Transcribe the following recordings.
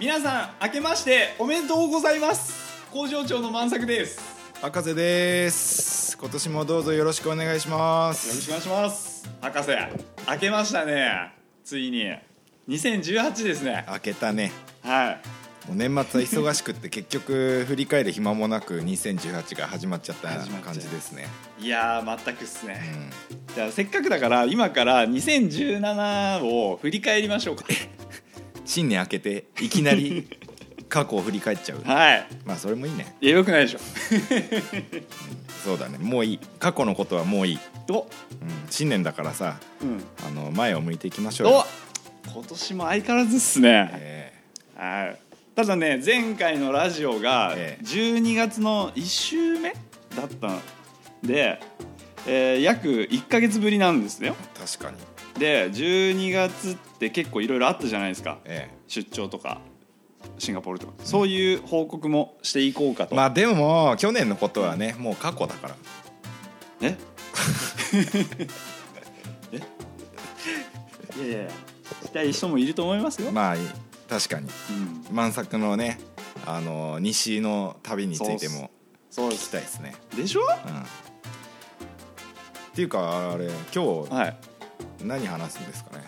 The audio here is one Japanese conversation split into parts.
皆さん明けましておめでとうございます工場長の満作です博士です今年もどうぞよろしくお願いしまよろしすくお願いします博士明けましたねついに2018ですね明けたねはいもう年末は忙しくって結局振り返る暇もなく2018が始まっちゃった始まっちゃう感じですね、いやー全くっすうねん、じゃあせっかくだから今から2017を振り返りましょうか新年明けていきなり過去を振り返っちゃうはいまあそれもいいねいやよくないでしょそうだねもういい過去のことはもういい、おうん、新年だからさうんあの前を向いていきましょうおよ、今年も相変わらずっすね、えはいただね前回のラジオがええ12月の1週目だったので、えー約1ヶ月ぶりなんですよー確かにで12月って結構いろいろあったじゃないですかえ出張とかシンガポールとかそういう報告もしていこうかえと、まあでももう去年のことはねもう過去だから え えいやいやしたい人もいると思いますよ、まあいい確かにうん、満作のねあの西の旅についてもそうで聞きすたいですねでしょうんっていうかあれ今日はい何話すんですかね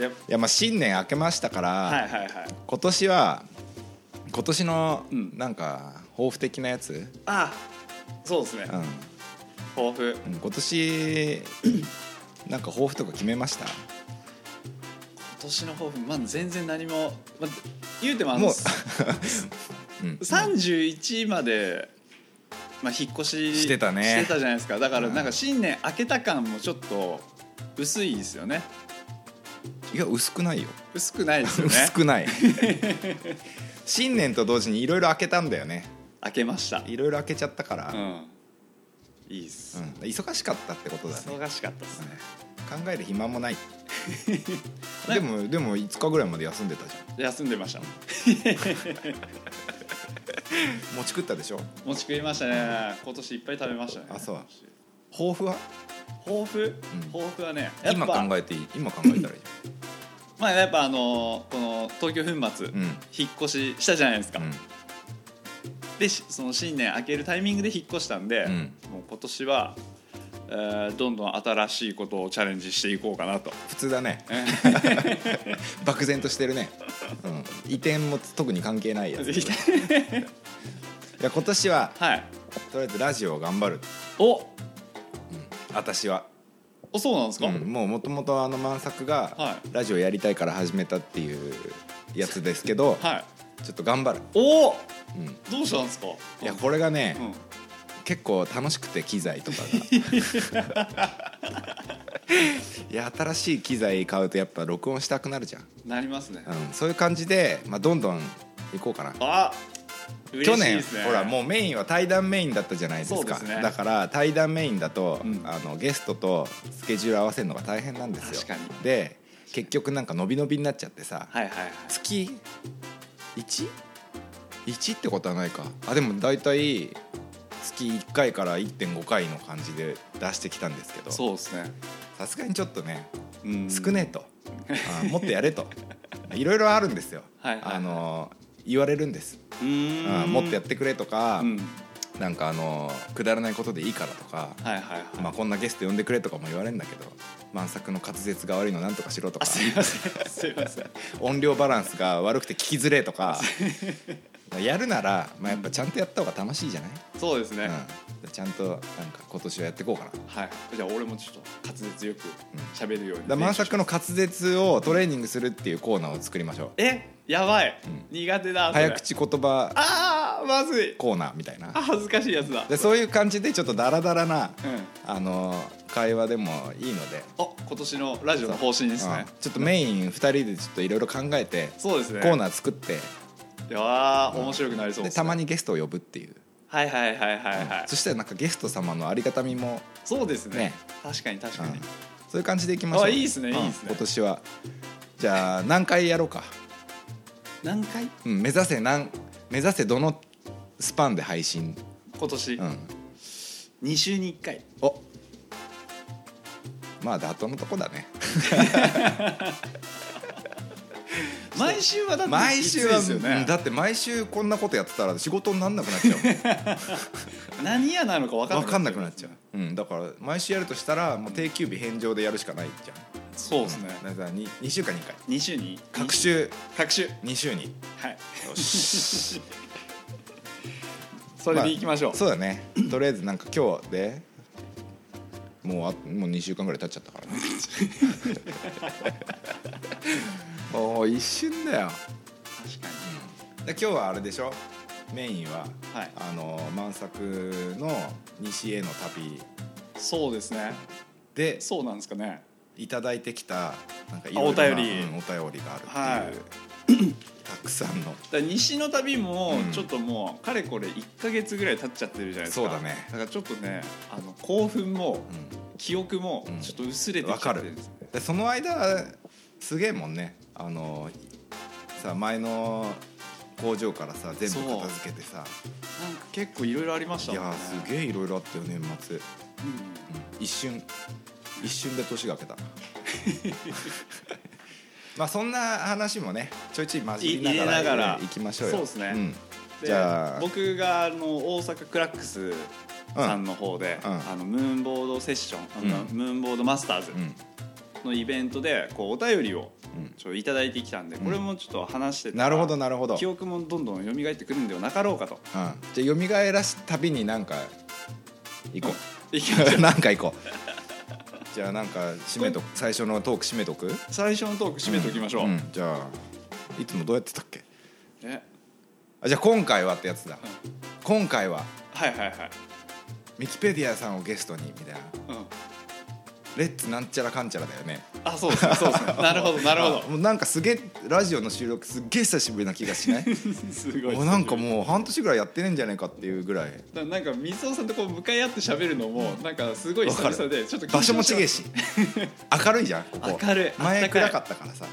やっいやまあ新年明けましたから、ぱはいはいはい今年は今年のうんなんか抱負的なやつ、あそうですねうん抱負うん 今年なんか抱負とか決めました今年の抱負まあ全然何も、まあ、言うてもあものう うん31まで、まあ、引っ越ししてたねしてたじゃないですかだからうんなんか新年明けた感もちょっと薄いですよねいや薄くないよ薄くないですよね 薄くない 新年と同時にいろいろ開けたんだよね明けましたいろいろ開けちゃったから、うんいいっす、うん忙しかったってことだね忙しかったですね考える暇もない でもでも5日ぐらいまで休んでたじ休んでましたゃん餅食ったでしょ餅食いましたね今年いっぱい食べましたねあそう抱負は抱負、うん抱負はねやっ今ぱ考えていい今考えたらいいまあやっぱあのーこの東京粉末、うんうん引っ越ししたじゃないですか、でしその新年明けるタイミングで引っ越したんで、うんもう今年は、えーどんどん新しいことをチャレンジしていこうかなと普通だ ね漠然としてるね、うん、移転も特に関係ないやつぜいひや今年は はいとりあえずラジオを頑張るお私は、おそうなんですか、うんもうもともとあの満作がはラジオやりたいから始めたっていうやつですけど、はいちょっと頑張る、おおうん、どうしたんですかいやこれがね、うん結構楽しくて機材とかが いや新しい機材買うとやっぱ録音したくなるじゃん、なりますね、うん、そういう感じで、まあ、どんどん行こうかなあ嬉去しい年ですねほらもうメインは対談メインだったじゃないですかそうですねだから対談メインだと、うんあのゲストとスケジュール合わせるのが大変なんですよ確かにで結局なんか伸び伸びになっちゃってさ、はいはいはい月 1?1 ってことはないかあでも大体月1回から1.5回の感じで出してきたんですけどそうですね、さすがにちょっとねうん少ねえ と、あもっとやれといろいろあるんですよ、はいはいはいあの言われるんです、うーあんもっとやってくれとか、うんなんかあのくだらないことでいいからとか、はいはいはい、まあ、こんなゲスト呼んでくれとかも言われるんだけど満作の滑舌が悪いのなんとかしろとかあすいませんすいません音量バランスが悪くて聞きづれえ とかやるなら、まあ、やっぱちゃんとやった方が楽しいじゃない、そうですね、うん、ちゃんとなんか今年はやっていこうかなだかはいじゃあ俺もちょっと滑舌よく喋るように、ら満作の滑舌をトレーニングするっていうコーナーを作りましょえやばい、ん苦手だうそれ早口言葉ああまずいコーナーみたいあな恥ずかしいやつだでそういう感じでちょっとダラダラな、うんあの会話でもいいのでお今年のラジオの方針ですねうんちょっとメイン2人でちょっといろいろ考えてそうですコねーナー作っていやー面白くなりそうでです、ね、たまにゲストを呼ぶっていうはいはいはいはいはいそしたらなんかゲスト様のありがたみもそうですねね確かに確うかんに、そういう感じでいきましょうあいいっすねうんいいっすね今年はじゃあ何回やろうか、何回うん、目指せ何目指せどのスパンで配信、今年、うん、二2週に1回お まあ妥当のとこだね毎週はだって毎週は、きついですようねんだって毎週こんなことやってたら仕事になんなくなっちゃ う何やなのか分かん分なかんなくなっちゃう、うん、だから毎週やるとしたらもう定休日返上でやるしかないじゃんそうですねだから 2, 2週間に1回2週に各週各週2週にはいよしそれでいきましょう、そうだねとりあえずなんか今日でもうあもう2週間ぐらい経っちゃったからね もう一瞬だよ確かで今日はあれでしょメインは、はいあの満作の西への旅にそうですねでそうなんですかねいただいてきたなんかいあお便りうんお便りがあるっていう、たくさんのだから西の旅もうんちょっともうかれこれ1か月ぐらい経っちゃってるじゃないですかそうだねだからちょっとねあの興奮も記憶もうんちょっと薄れてきちゃってるんです、でその間すげえもんねあのさ前の工場からさ全部片付けてさなんか結構いろいろありましいたもんねやーすげえいろいろあったよ年末、うん一瞬一瞬で年が明 けたまあそんな話もねちょいちょい混じいりながら入れながらいきましょうそようですねんでじゃあ僕があの大阪クラックスさんの方で、うんあのムーンボードセッション、あのうんムーンボードマスターズうんのイベントでこうお便りをうんちょっといただいてきたんで、これもちょっと話してたらなるほどなるほど、うん、記じゃ憶もどんどん蘇ってくるんではなかろうかとあよみがえらす旅になんか行こいきましょうう なんか行こうじゃあなんか締めとく最初のトーク締めとく最初のトーク締めておきましょう、んじゃあいつもどうやってたっけえあじゃあ今回はってやつだ、う今回ははいはいはい、ミキペディアさんをゲストにみたいなうん、レッツなんちゃらかんちゃらだよねあそうですねそう ですねなるほどなるほあもうなんかすげえラジオの収録すっげえ久しぶりな気がしないど すごいもうなんかもう半年ぐらいやってねえんじゃないかっていうぐらい ななんか水尾さんとこう向かい合って喋るのもなんかすごい久々でちょっと緊張場所もしちまげえし 明るいじゃんここ明るいあっ前たかい暗かったからさ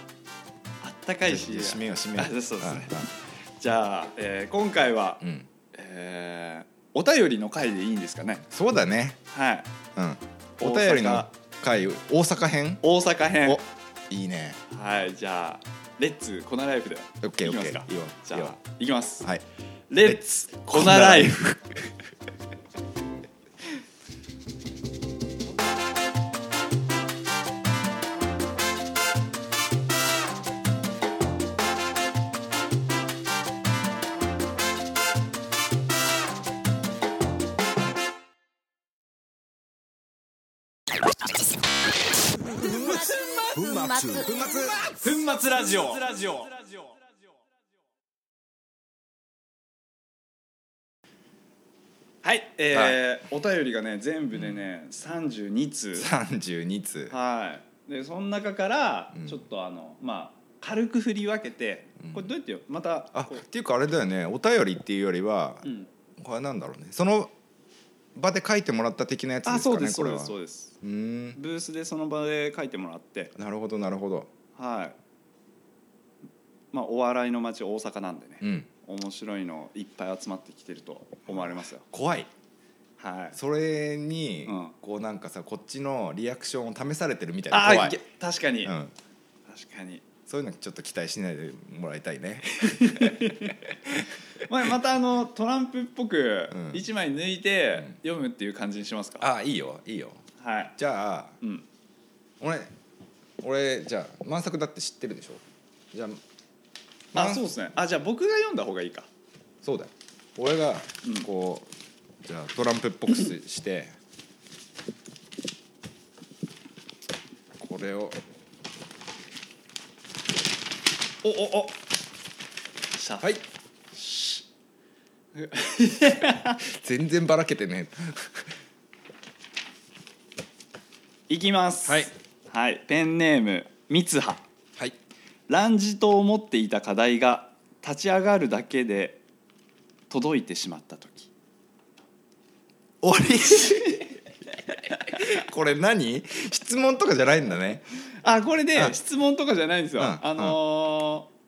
あったかいしじゃあ締めよう締めよあそうですねんじゃあ、えー今回は、うん、えーお便りの回でいいんですかねそうだねはいうん阪お便りの回大阪編大阪編おいいねはいじゃあレッツコナライフでオッケーいオきッまケすーかいいよじゃいいあよいきます、はいレッツコナライフ粉末粉末粉末ラジオラジオはい、えーお便りがね全部でね、32通32通はいでその中からうんちょっとあの、まあ軽く振り分けてうんこれどうやってよまたあこっていうかあれだよねお便りっていうよりは、う、うん、これなんだろうねその場で書いてもらった的なやつですかねあそうですそこうれではすそううですーんブースでその場で書いてもらってなるほどなるほどはいまあお笑いの街大阪なんでね、うん面白いのいっぱい集まってきてると思われますよ怖いはいそれに、うんこうなんかさこっちのリアクションを試されてるみたいあな怖あいけ確かに、うん、確かに、そういうのちょっと期待しないでもらいたいねまあ、またあのトランプっぽくうん一枚抜いて読むっていう感じにしますか、あいいよいいよはい、じゃあうん、俺俺じゃあ満作だって知ってるでしょじゃああ満そうですねあじゃあ僕が読んだ方がいいかそうだよ俺がうんこう、じゃあトランプっぽくししてこれをおおおシャ はい全然ばらけてねいきますはい、はい、ペンネームみつははい乱じと思っていた課題が立ち上がるだけで届いてしまった時終わりこれ何質問とかじゃないんだねあこれうでん質問とかじゃないんですよ、うんあのー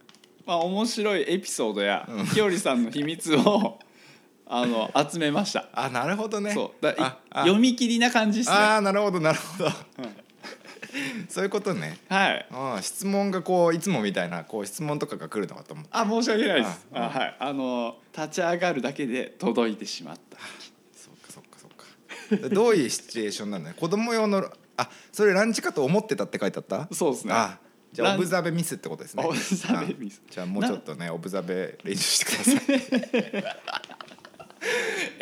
まあ面白いエピソードや、ひよりさんの秘密を あの集めましたあなるほどねそうだいああ読み切りな感じですねあーなるほどなるほど、うんそういうことねはいああ質問がこういつもみたいなこう質問とかが来るのかと思うあ申し訳ないですああはいあの立ち上がるだけで届いてしまったそうかそうかそうかどういうシチュエーションなのね子供用のあそれランチかと思ってたって書いてあったそうですねあじゃラあンオブザベミスってことですねオブザベミスあじゃあもうちょっとねオブザベ練習してください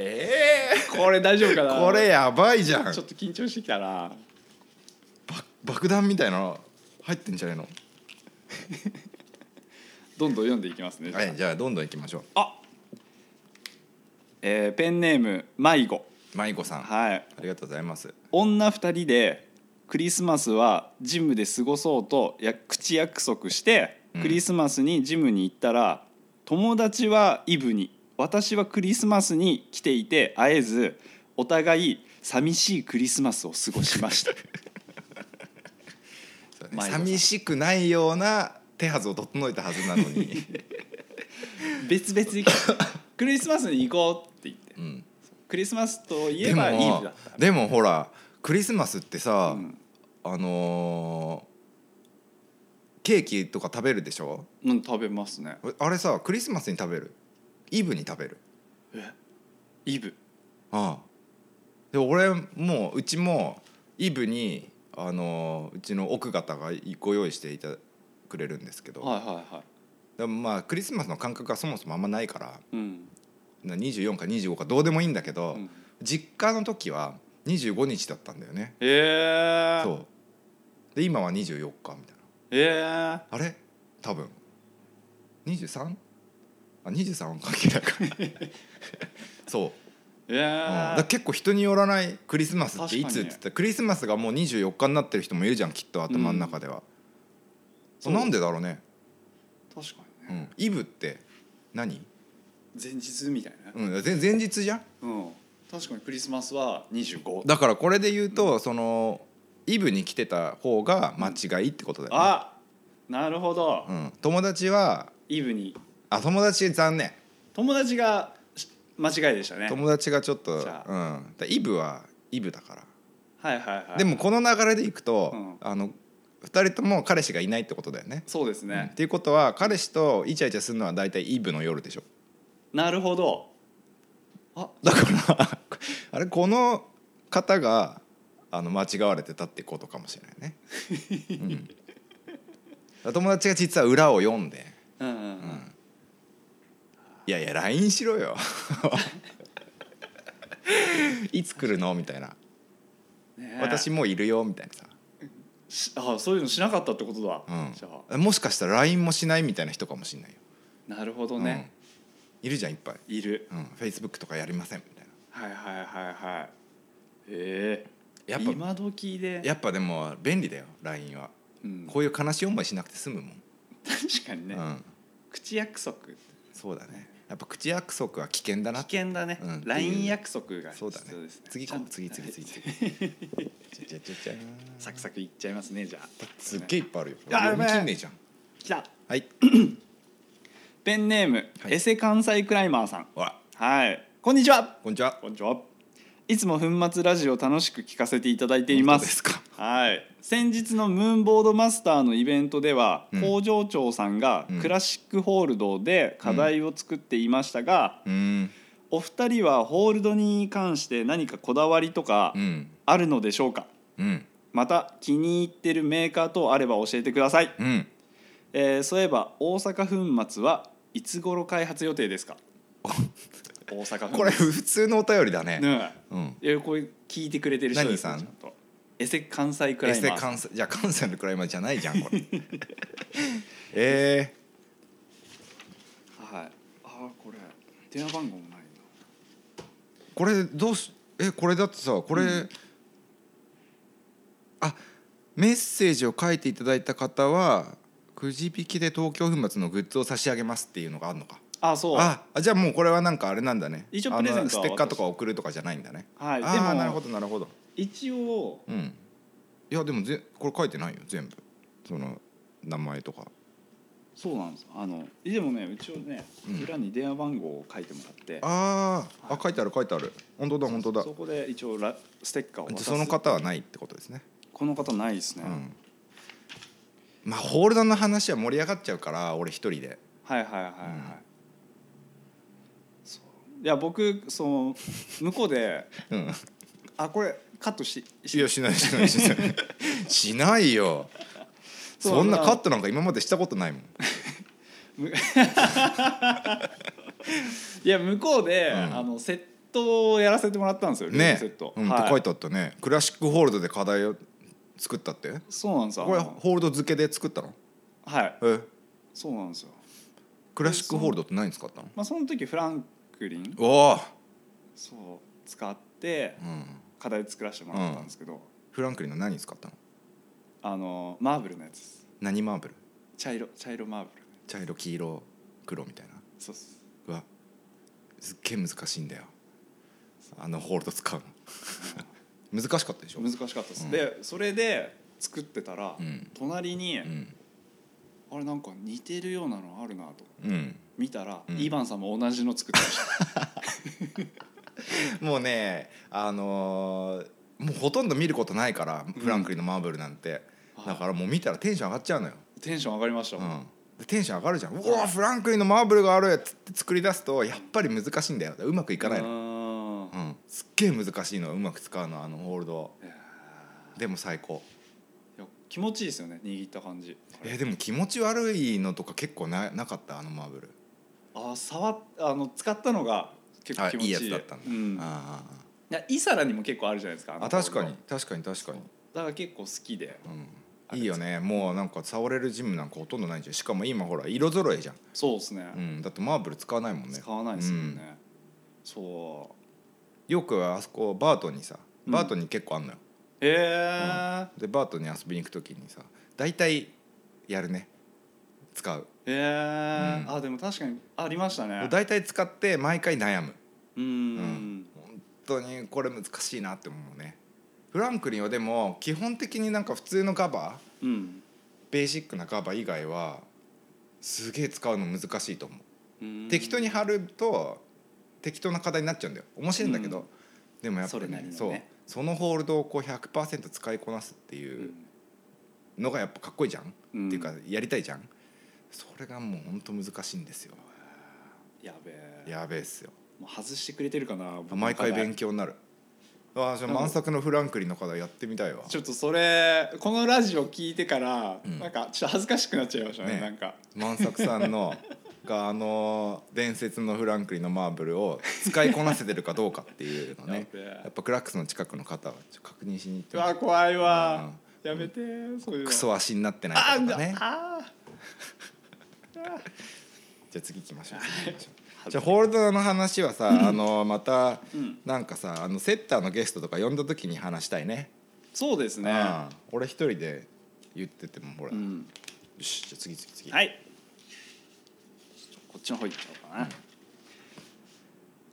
えこれ大丈夫かえなこれやばいじゃんちょっと緊張してきたな爆弾みたいなの入ってんじゃないのどんどん読んでいきますねじゃはいじゃあどんどん行きましょああえーペンネーム迷子う舞子さん、はいありがとうございます女2人でクリスマスはジムで過ごそうとや口約束してうんクリスマスにジムに行ったら、友達はイブに私はクリスマスに来ていて会えずお互い寂しいクリスマスを過ごしました そうね舞子さん寂しくないような手はずを整えたはずなの に、別々にクリスマスに行こうって言ってうん、クリスマスといでえばイブもだったでもほらクリスマスってさ、うんあのーケーキとか食べるでしょうん食べますねあれさクリスマスに食べるイブに食べるイブああで俺もううちもイブに、あのーうちの奥方がご用意していたくれるんですけど、はいはいはいでもまあクリスマスの感覚がそもそもあんまないからうん、な24か25かどうでもいいんだけど、うん、実家の時は25日だったんだよねえー、そうで今は24日みたいなえー、あれ多分 23? あ23は関 係ないからそう、うん、えーだから結構人によらないクリスマスっていつ確かっにつったらクリスマスがもう24日になってる人もいるじゃんきっと頭の中では、うんなんでだろうね、確かにうね、ん、イブって何、前日みたいな、うん、ぜ前日じゃんうん確かにクリスマスは25だからこれで言うと、そのイブに来てた方が間違いってことだよね、あなるほど、うん、友達はイブにあ友達残念友達がし間違いでしたね友達がちょっと、うん、じだゃからイブはイブだからはいはいはいでもこの流れでいくと、うんあの2人とも彼氏がいないってことだよね。そうですうんっね、ていうことは彼氏とイチャイチャするのは大体イブの夜でしょなるほどあだから あれこの方があの間違われてたってことかもしれないね。うんだから友達が実は裏を読んでうんうんうん、 「いやいや LINE しろよ」 「いつ来るの?」みたいなね「え私もういるよ」みたいなさ。しあそういうのしなかったってことだ、うんじゃあもしかしたら LINE もしないみたいな人かもしれないよ、なるほどね、うんいるじゃんいっぱい、いるうん、Facebook とかやりませんみたいなはいはいはいはいええやっぱ今時でやっぱでも便利だよ LINE は、うん、確こういう悲しい思いしなくて済むもん、かにね、うん、口約束危そうだねやっぱ口約束は危険だな険だね、うん LINE 約束が必そ要うでだすねね次ちゃ今ん度と次次 次次じゃじゃじゃじゃサクサクいっちゃいますねじゃあすっげえいっぱいあるよあ読み切んねえじゃんきたはいペンネーム、はいエセ関西クライマーさんほらはいこんにちはこんにちはこんにちはいつも粉末ラジオ楽しく聞かせていただいていま本当ですすかはい先日のムーンボードマスターのイベントでは、うん工場長さんがうんクラシックホールドで課題を作っていましたが、うんお二人はホールドに関して何かこだわりとかうんあるのでしょうか、うんまた気に入ってるメーカー等あれば教えてください、うんえーそういえば大阪粉末はいつ頃開発予定です か大阪粉末これ普通のお便りだねねうんえいやこれ聞いてくれてる人ですね何さんちゃとエセ関西クラエイセマー関西じゃあ関西のクライマーじゃないじゃん これえはいああこれ電話番号もないー、これどうしえこれだってさこれ、うんあメッセージを書いていただいた方はくじ引きで東京粉末のグッズを差し上げますっていうのがあるのかなあそうああじゃあもうこれはなんかあれなんだね一応プレゼントはあのステッカーとか送るとかじゃないんだねはいああなでるもほどなるほど一応うんいやでもぜこれ書いてないよ全部その名前とかそうなんですあのでもね一応ね、うん裏に電話番号を書いてもらってあーあ書いてある書いてある本当だ本当だそこで一応ラステッカーをじゃ渡あすその方はないってことですねこの方ないですね、うん、まあホールドの話は盛り上がっちゃうから俺一人ではいはいはいはい、うんそういや僕その向こうでうんあこれカットしいやしないしないしない しないよそうそんなまあカットなんか今までしたことないもんいや向こうで、うんあのセットをやらせてもらったんですよ、ルーねムセット、うん、はって書いてあったねクラシックホールドで課題を作ったってそうなんですよこれあのホールド付けで作ったのはいえそうなんですよクラシックホールドって何使ったのまあその時フランクリンおお、そう使ってうん、課題作らせてもらったんですけど、フランクリンの何使ったのあのマーブルのやつです何マーブル茶色茶色マーブル茶色黄色黒みたいなそうっすうわすっげえ難しいんだよあのホールド使う の難しかったでしょ難しかったです、うんでそれで作ってたら、うん隣に、うんあれなんか似てるようなのあるなとうん見たら、うんイバンさんも同じの作ってました もうねあのーもうほとんど見ることないからフランクリンのマーブルなんて、はいだからもう見たらテンション上がっちゃうのよ、テンション上がりましたうもん、ん、でテンション上がるじゃん「うわフランクリンのマーブルがある!」っつって作り出すとやっぱり難しいんだようまくいかないの、のうん、すっげえ難しいのうまく使うのあのホールドいやでも最高ーいや気持ちいいですよね握った感じえーでも気持ち悪いのとか結構ななかったあのマーブルあー触っあの使ったのが結構あ気持いいちいいやつだったんだ、うん、いああやイサラにも結構あるじゃないですかあのああ確かに確かに確かに、だから結構好きでうん、いいよねもうなんか触れるジムなんかほとんどないじゃんしかも今ほら色揃えじゃん、そうですね、うん、だってマーブル使わないもんね使わないですもんね、うんそうよくあそこバートンにさうんバートンに結構あんのよ、えーでバートンに遊びに行く時にさ大体やるね使うえーうんあでも確かにありましたね大体使って毎回悩むうん、ん本当にこれ難しいなって思うねフランクリンはでも基本的になんか普通のガバうんベーシックなガバ以外はすげえ使うの難しいと思ううん、適当に貼ると適当な課題になっちゃうんだよ面白いんだけど、うんでもやっぱそれり、なりのねそうそのホールドをこう100%使いこなすっていうのがやっぱかっこいいじゃん、うんっていうかやりたいじゃんそれがもうほんと難しいんですよやべえやべえっすよもう外してくれてるかな僕の毎回課題勉強になるああじゃあなんか満作のフランクリンの課題やってみたいわちょっとそれこのラジオ聞いてから、うんなんかちょっと恥ずかしくなっちゃいましたねねなんか満作さんのがあの伝説のフランクリンのマーブルを使いこなせてるかどうかっていうのねやべえやっぱクラックスの近くの方はちょっと確認しに行ってうみてわ怖いわ、やめてそういうのクソ足になってなあいーとかねあーじゃあ次行きましょう次行きましょうじゃあホールドの話はさあのまたうんなんかさあのセッターのゲストとか呼んだ時に話したいねそうですねうん俺一人で言っててもほらうよんしじゃあ次次次はいこっちの方行っちゃおうかな、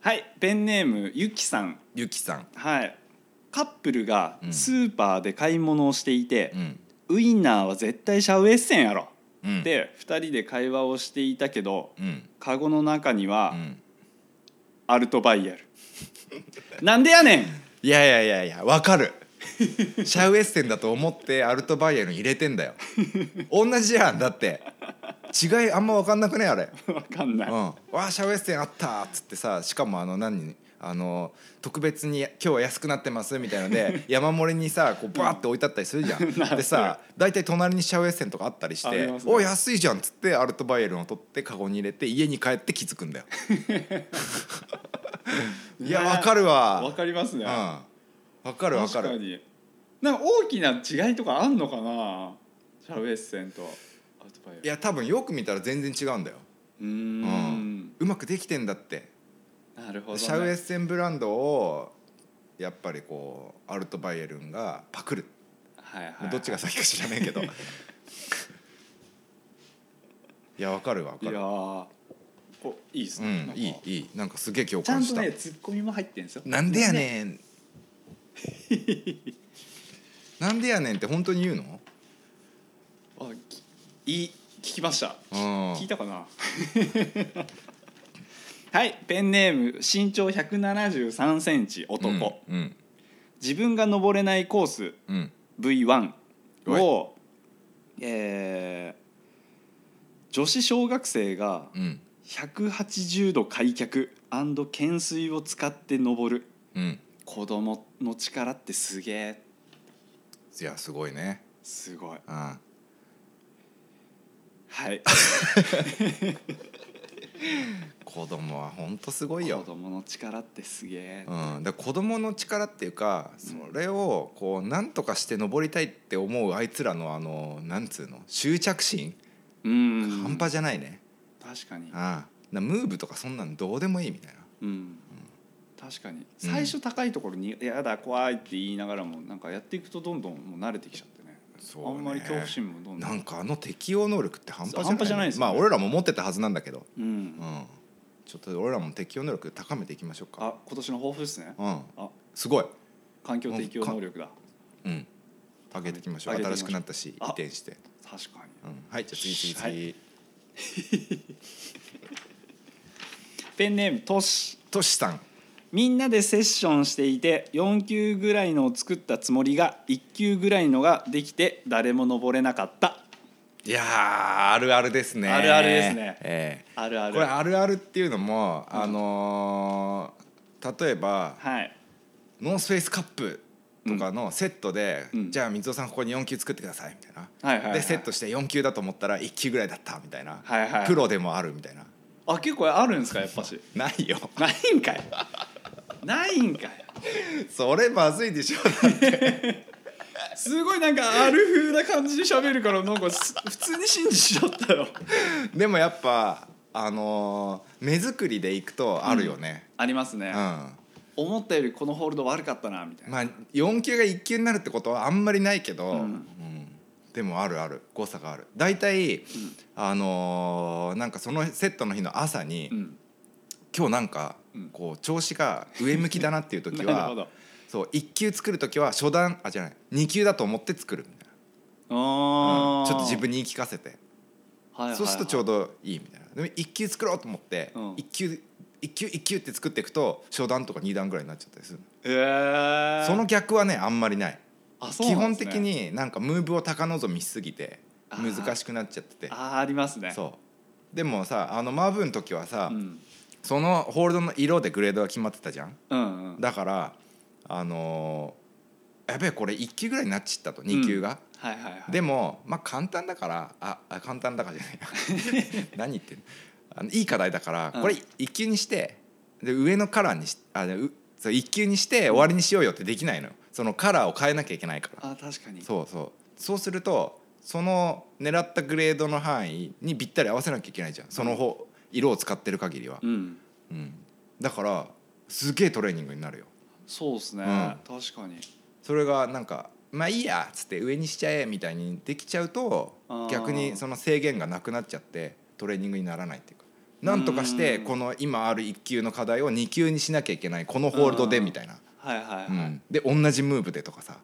はいペンネームゆきさんゆきさんはいカップルがうんスーパーで買い物をしていてう、んウインナーは絶対シャウエッセンやろ、うんで2人で会話をしていたけどうんカゴの中にうはんアルトバイエル、なんでやねん いやいやいやいやわかるシャウエッセンだと思ってアルトバイエルン入れてんだよ同じじゃんだって違いあんま分かんなくねあれわかんない、うん、わあシャウエッセンあったっつってさしかもあの何あの特別に今日は安くなってますみたいの で山盛りにさこうバーって置いてあったりするじゃんでさ大体隣にシャウエッセンとかあったりしあてり「ますねお安いじゃん」っつってアルトバイエルンを取ってカゴに入れて家に帰って気づく んだよいやねわかるわわかりますうね、んわかるわか確かるになんか大きな違いとかあんのかなシャウエッセンとアルトバイエルいや多分よく見たら全然違うんだようーんうまくできてんだってなるほど、ね、シャウエッセンブランドをやっぱりこうアルトバイエルンがパクるはいはい、どっちが先か知らない けどいやわかるわわいやかるーこいいですうね、なんんかいいいいなんかすげえ共ちゃ感んとしたねツッコミも入ってんですよなんでやね んなんでやねんって本当に言うのあきいい聞きましたうん聞いたかな はいペンネーム身長1 7 3センチ男、うん自分が登れないコースうん V1 を、えー女子小学生がうん180度開脚懸垂を使って登るうん子供の力ってすげえいやすごいねすごいうんはい子供はほんとすごい子よ供の力ってすげえ、うん、だから子供の力っていうかそれをこうなんとかして登りたいって思うあいつらのあのなんつうの執着心うん半端じゃないね、確かにああだからムーブとかそんなんどうでもいいみたいなうん確かに最初高いところに「やだ怖い」って言いながらもなんかやっていくとどんどんもう慣れてきちゃってねそうあんまり恐怖ね心もどんどんなんかあの適応能力って半端じゃない,、そう半端じゃないですよまねあ俺らも持ってたはずなんだけど、ううんん、ちょっと俺らも適応能力高めていきましょうかあ今年の抱負ですねうんあすごい環境適応能力だうん上げていきましょう上げていきまし新しょうくなったし移あ転して、確かにうん、はいじゃあ次次次、ペンネームトシトシさんみんなでセッションしていて4級ぐらいのを作ったつもりが1級ぐらいのができて誰も登れなかったいやーあるあるですね。あるあるですねええあるあるこれあるあるっていうのも、あのー例えばはいノースフェイスカップとかのセットで、うんじゃあ水尾さんここに4球作ってくださいみたいな。はいはいはいでセットして4球だと思ったら1球ぐらいだったみたいな、はいはいプロでもあるみたいなあ結構あるんですかやっぱしないよ ないんかいないんかいそれまずいでしょすごいなんかある風な感じで喋るからなんかす普通に信じちゃったよでもやっぱあのー目作りでいくとあるよね、ありますうねん、思ったよりこのホールド悪かったなみたいなまあ4球が1球になるってことはあんまりないけど、うんうんでもあるある誤差がある大体、あのーなんかそのセットの日の朝に、うん今日なんか、うんこう調子が上向きだなっていう時 なるほはどそう1球作る時は初段あじゃない2球だと思って作るみたいな、あうんちょっと自分にに言い聞かせて、そうするとちょうどいいみたいなでも1球作ろうと思って、うん1球1球1球って作っていくと初段とか2段ぐらいになっちゃったりする、えー、その逆はねあんまりない。あそう基なん本ですね的になんかムーブを高望みしすぎてあー難しくなっちゃっててあーありますねそうでもさあのマーブーの時はさ、うん、そのホールドの色でグレードが決まってたじゃんうんうんだからあのーやべえこれ1球ぐらいになっちったと2球が、はいはいはいでもまあ簡単だからああ簡単だからじゃない 何言ってんのあのいい課題だからうんこれ1球にしてで上のカラーにしあでうそう1球にして終わりにしようよってできないのよそのカラーを変えなきゃいけないからあ確かにそうそうそうするとその狙ったグレードの範囲にぴったり合わせなきゃいけないじゃんその方色を使ってる限りは、うんうん、だからすげえトレーニングになるよそうですね、う確かにそれがなんか「まあいいや」っつって上にしちゃえみたいにできちゃうとあー逆にその制限がなくなっちゃってトレーニングにならないっていうかなんとかしてうんこの今ある1級の課題を2級にしなきゃいけないこのホールドでみたいな、はいはいはい、うん、で同じムーブでとかさ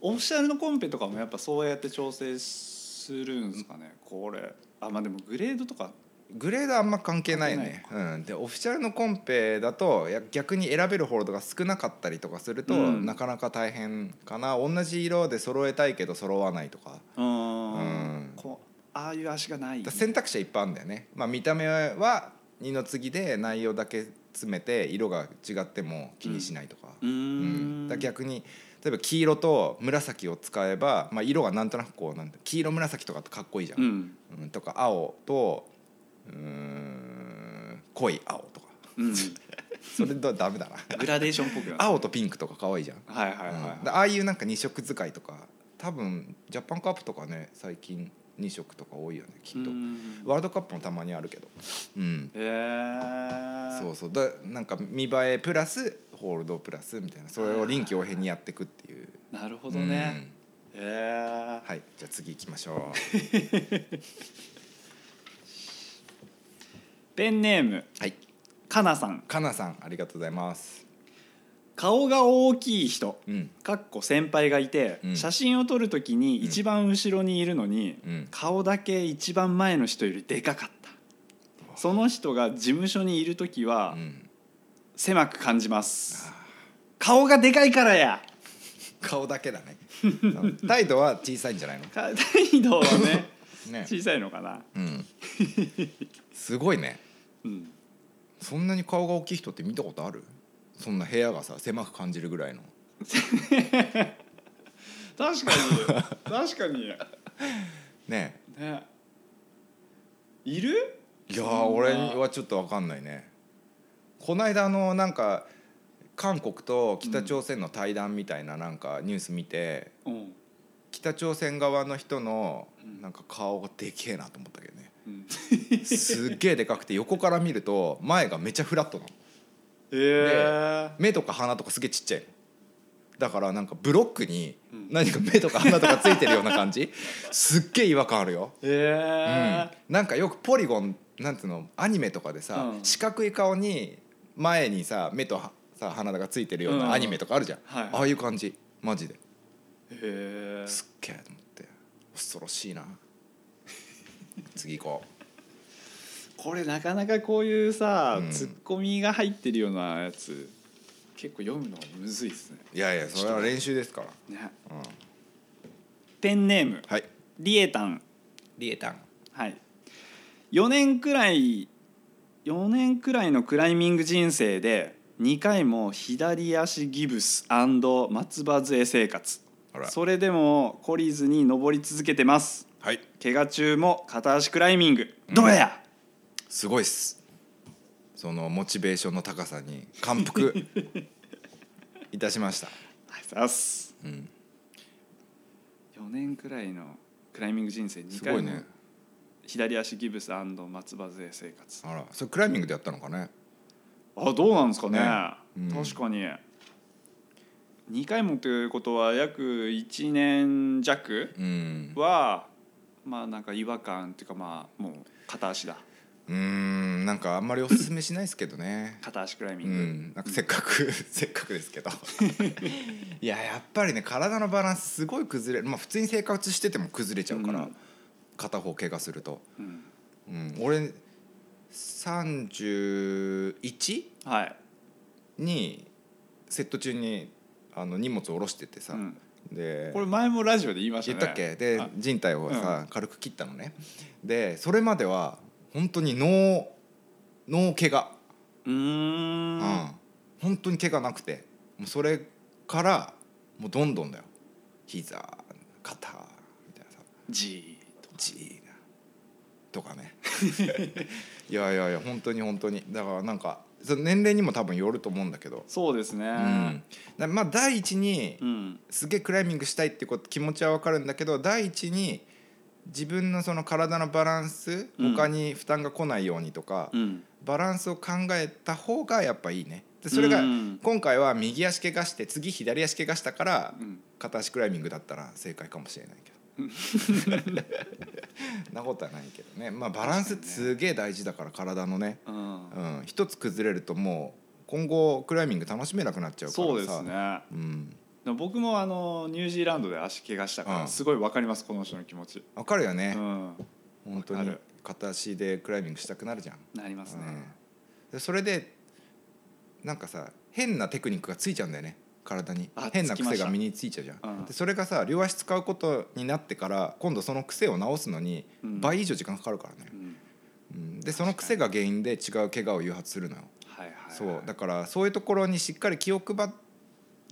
オフィシャルのコンペとかもやっぱそうやって調整するんですかねこれあまあでもグレードとかグレードあんま関係ないね関うん、でオフィシャルのコンペだとや逆に選べるホールドが少なかったりとかすると、うんなかなか大変かな同じ色で揃えたいけど揃わないとかうーんうんこうああいう足がないだ選択肢はいっぱいあるんだよね、まあ、見た目は2の次で内容だけ詰めて色が違っても気にしないとか,、うーうんんだ逆に例えば黄色と紫を使えば、まあ、色がなんとなくこうなんて黄色紫とかってかっこいいじゃん、うんうんとか青とうーん濃い青とか。うんそれとダメだなグラデーションっぽくなる 青とピンクとか可愛いじゃん、はいはいはいうんでああいうなんか2色使いとか多分ジャパンカップとかね最近2色とか多いよねきっと、うんワールドカップもたまにあるけどうんえー、そうそうだなんか見栄えプラスホールドプラスみたいなそれを臨機応変にやっていくっていうなるほどね、えーうんはいじゃあ次行きましょ うペンネームはいかなさんかなさんありがとうございます顔が大きい人うんかっこ先輩がいて、うん写真を撮るときに一番後ろにいるのに、うん顔だけ一番前の人よりでかかったその人が事務所にいる時はうん狭く感じます、顔がでかいからや顔だけ だねうん態度は小さいんじゃないのか 態度はね ね小さいのか なうんすごいねうんそんなに顔が大きい人って見たことあるそんな部屋がさ狭く感じるぐらいの確かに確かにねねいるいそやんなー俺はちょっと分かんないねこないだあのなんか韓国と北朝鮮の対談みたいななんかニュース見て、うん、北朝鮮側の人のうんなんか顔がでけえなと思ったけどねうん、すっげえでかくて横から見ると前がめちゃフラットなのえー、目とか鼻とかすげえちっちゃいのだからなんかブロックにうん何か目とか鼻とかついてるような 感じすっげえ違和感あるよ、うんえなんかよくポリゴンなんていうのアニメとかでさ、うん四角い顔に前にさ目とはさ鼻がついてるよううんなアニメとかあるじゃん、はいああいう感じマジでー、えーすっげえと思って恐ろしいな 次行ここれなかなかこういうさ、うんツッコミが入ってるようなやつ結構読むのがむずいですねういやいやそれは練習ですから、ねうん、ペンネームはいリエタンリエタンはい4年くらい4年くらいのクライミング人生で2回も左足ギブス松葉杖生活あらそれでも懲りずに登り続けてますはい怪我中も片足クライミングどうや、すごいっすそのモチベーションの高さに感 服いたしました、ありがとうございますうん、 4年くらいのクライミング人生2すご回いもね左足ギブス松葉杖生活あらそれクライミングでやったのかねあどうなんですかねねうん確かに2回もということは約1年弱うんはまあなんか違和感っていうかまあもう片足だうーんなんかあんまりおすすめしないですけどね片足クライミうング、んなんかせっかく せっかくですけどいややっぱりね体のバランスすごい崩れるまあ普通に生活してても崩れちゃうから、うん片方怪我すると、うんうん、俺 31? はい、にセット中にあの荷物を下ろしててさ、うん、でこれ前もラジオで言いました言ねったっけであ人体をさ、軽く切ったのねでそれまでは本当に脳脳怪我、うーうんん本当に怪我なくてもうそれからもうどんどんだよ膝肩みたいなさ G ジーなとか ねいやいやいや本当に本当にだからなんかその年齢にも多分よると思うんだけど、そうですうねん、だまあ第一にうん、すげえクライミングしたいってこと気持ちは分かるんだけど第一に自分のその体のバランスうん他に負担が来ないようにとか、うんバランスを考えた方がやっぱいいねでそれがうん今回は右足怪我して次左足怪我したからうん片足クライミングだったら正解かもしれない けどなことはないけどねまあバランスってすげえ大事だから体のね、うんうん、一つ崩れるともう今後クライミング楽しめなくなっちゃうからさそうですねうん、でも僕もあのニュージーランドで足怪我したかうらんすごいわかりますこの人の気持ち、わかるよね、うん、本当わかにる片足でクライミングしたくなるじゃん、なりますね、うんでそれでなんかさ変なテクニックがついちゃうんだよね体にあ変なつきま癖したが身についちゃうじゃん、うんでそれがさ両足使うことになってから今度その癖を直すのにうん倍以上時間かかるからねう、んうんでその癖が原因で違う怪我を誘発するのよ、はいはいはい、そうだからそういうところにしっかり気を配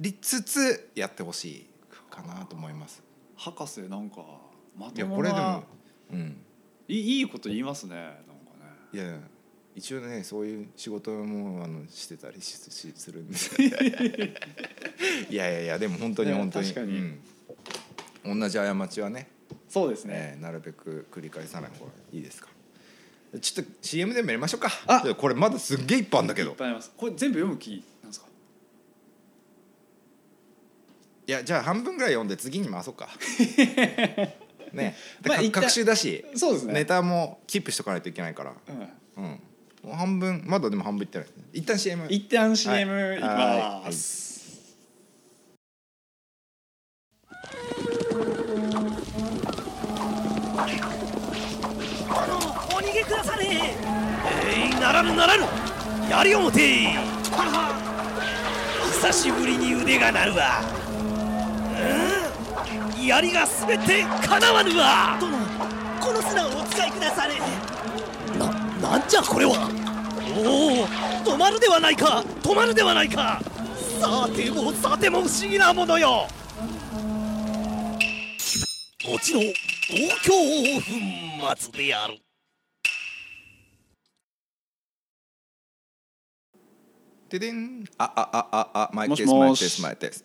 りつつやってほしいかなと思います博士なんかまいとやもなこれでもうんいいいこと言いますねなんかねいや一応ねそういう仕事もあのしてたりししする んですいやいやいやでも本当にね本当に確かにうん、同じ過ちはねそうですねなるべく繰り返さない方がいいですからちょっと CM でもやりましょうかあいやこれまだすっげえいっぱいあるんだけいどっぱいありますこれ全部読む気なんですかいやじゃあ半分ぐらい読んで次に回 そうかねでまあか一旦各週だしそうですねネタもキープしとかないといけないからうんうんもう半分まだでも半分いってない一旦 CM 一旦 CM はいいきます、殿お逃げくだされえいならぬならぬ槍を持てはは久しぶりに腕が鳴るわ槍が滑ってかなわぬわ殿この砂をお使いくだされな、なんじゃこれはおお止まるではないか止まるではないかさてもさても不思議なものよ後の東京粉末であるてでんあああああマイケースマもイケーしもしスマイケース